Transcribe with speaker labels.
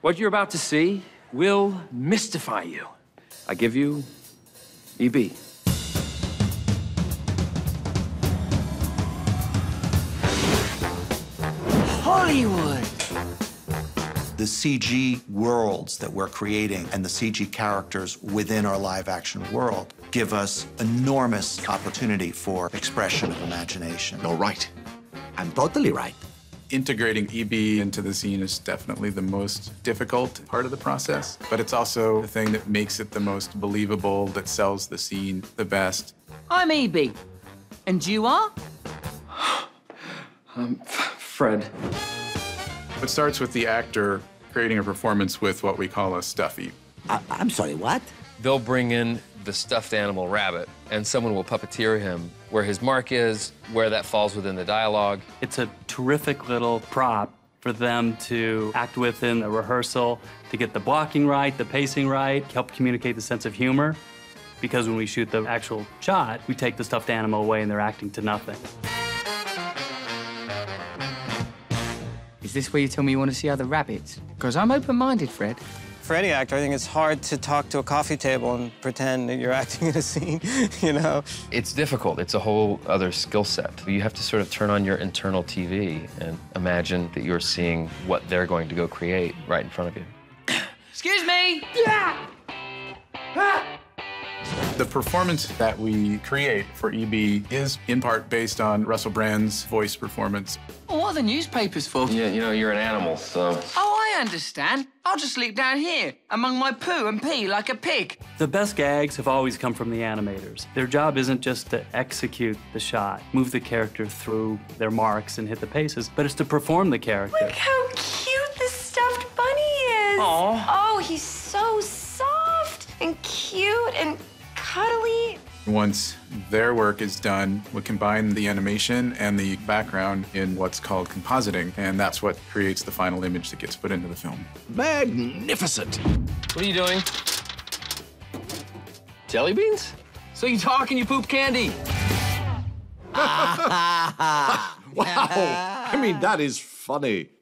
Speaker 1: What you're about to see will mystify you. I give you E EB.
Speaker 2: Hollywood!
Speaker 3: The CG worlds that we're creating and the CG characters within our live action world give us enormous opportunity for expression of imagination.
Speaker 4: You're right. I'm totally right.
Speaker 5: Integrating EB into the scene is definitely the most difficult part of the process, but it's also the thing that makes it the most believable, that sells the scene the best.
Speaker 2: I'm
Speaker 6: E
Speaker 2: EB. And you are?
Speaker 1: Fred.
Speaker 5: It starts with the actor creating a performance with what we call a stuffy.
Speaker 4: I- I'm sorry, what?
Speaker 7: They'll bring in the stuffed animal rabbit, and someone will puppeteer him where his mark is, where that falls within the dialogue.
Speaker 8: It's a terrific little prop for them to act with in a rehearsal to get the blocking right, the pacing right, help communicate the sense of humor. Because when we shoot the actual shot, we take the stuffed animal away and they're acting to nothing.
Speaker 6: Is this where you tell me you want to see other rabbits? Because I'm open minded, Fred.
Speaker 9: For any actor, I think it's hard to talk to a coffee table and pretend that you're acting in a scene, you know?
Speaker 7: It's difficult. It's a whole other skill set. You have to sort of turn on your internal TV and imagine that you're seeing what they're going to go create right in front of you.
Speaker 6: Excuse me!
Speaker 5: The performance that we create for EB is in part based on Russell Brand's voice performance.
Speaker 6: Well, what are the newspapers for?
Speaker 7: Yeah, you know, you're an animal, so.
Speaker 6: Oh, I understand. I'll just sleep down here among my poo and pee like a pig.
Speaker 8: The best gags have always come from the animators. Their job isn't just to execute the shot, move the character through their marks and hit the paces, but it's to perform the character.
Speaker 10: Look how cute this stuffed bunny is.
Speaker 6: Aw.
Speaker 10: Oh, he's so soft and cute and cuddly.
Speaker 5: Once their work is done, we combine the animation and the background in what's called compositing, and that's what creates the final image that gets put into the film.
Speaker 4: Magnificent.
Speaker 7: What are you doing? Jelly beans?
Speaker 6: So you talk and you poop candy.
Speaker 4: Wow. I mean, that is funny.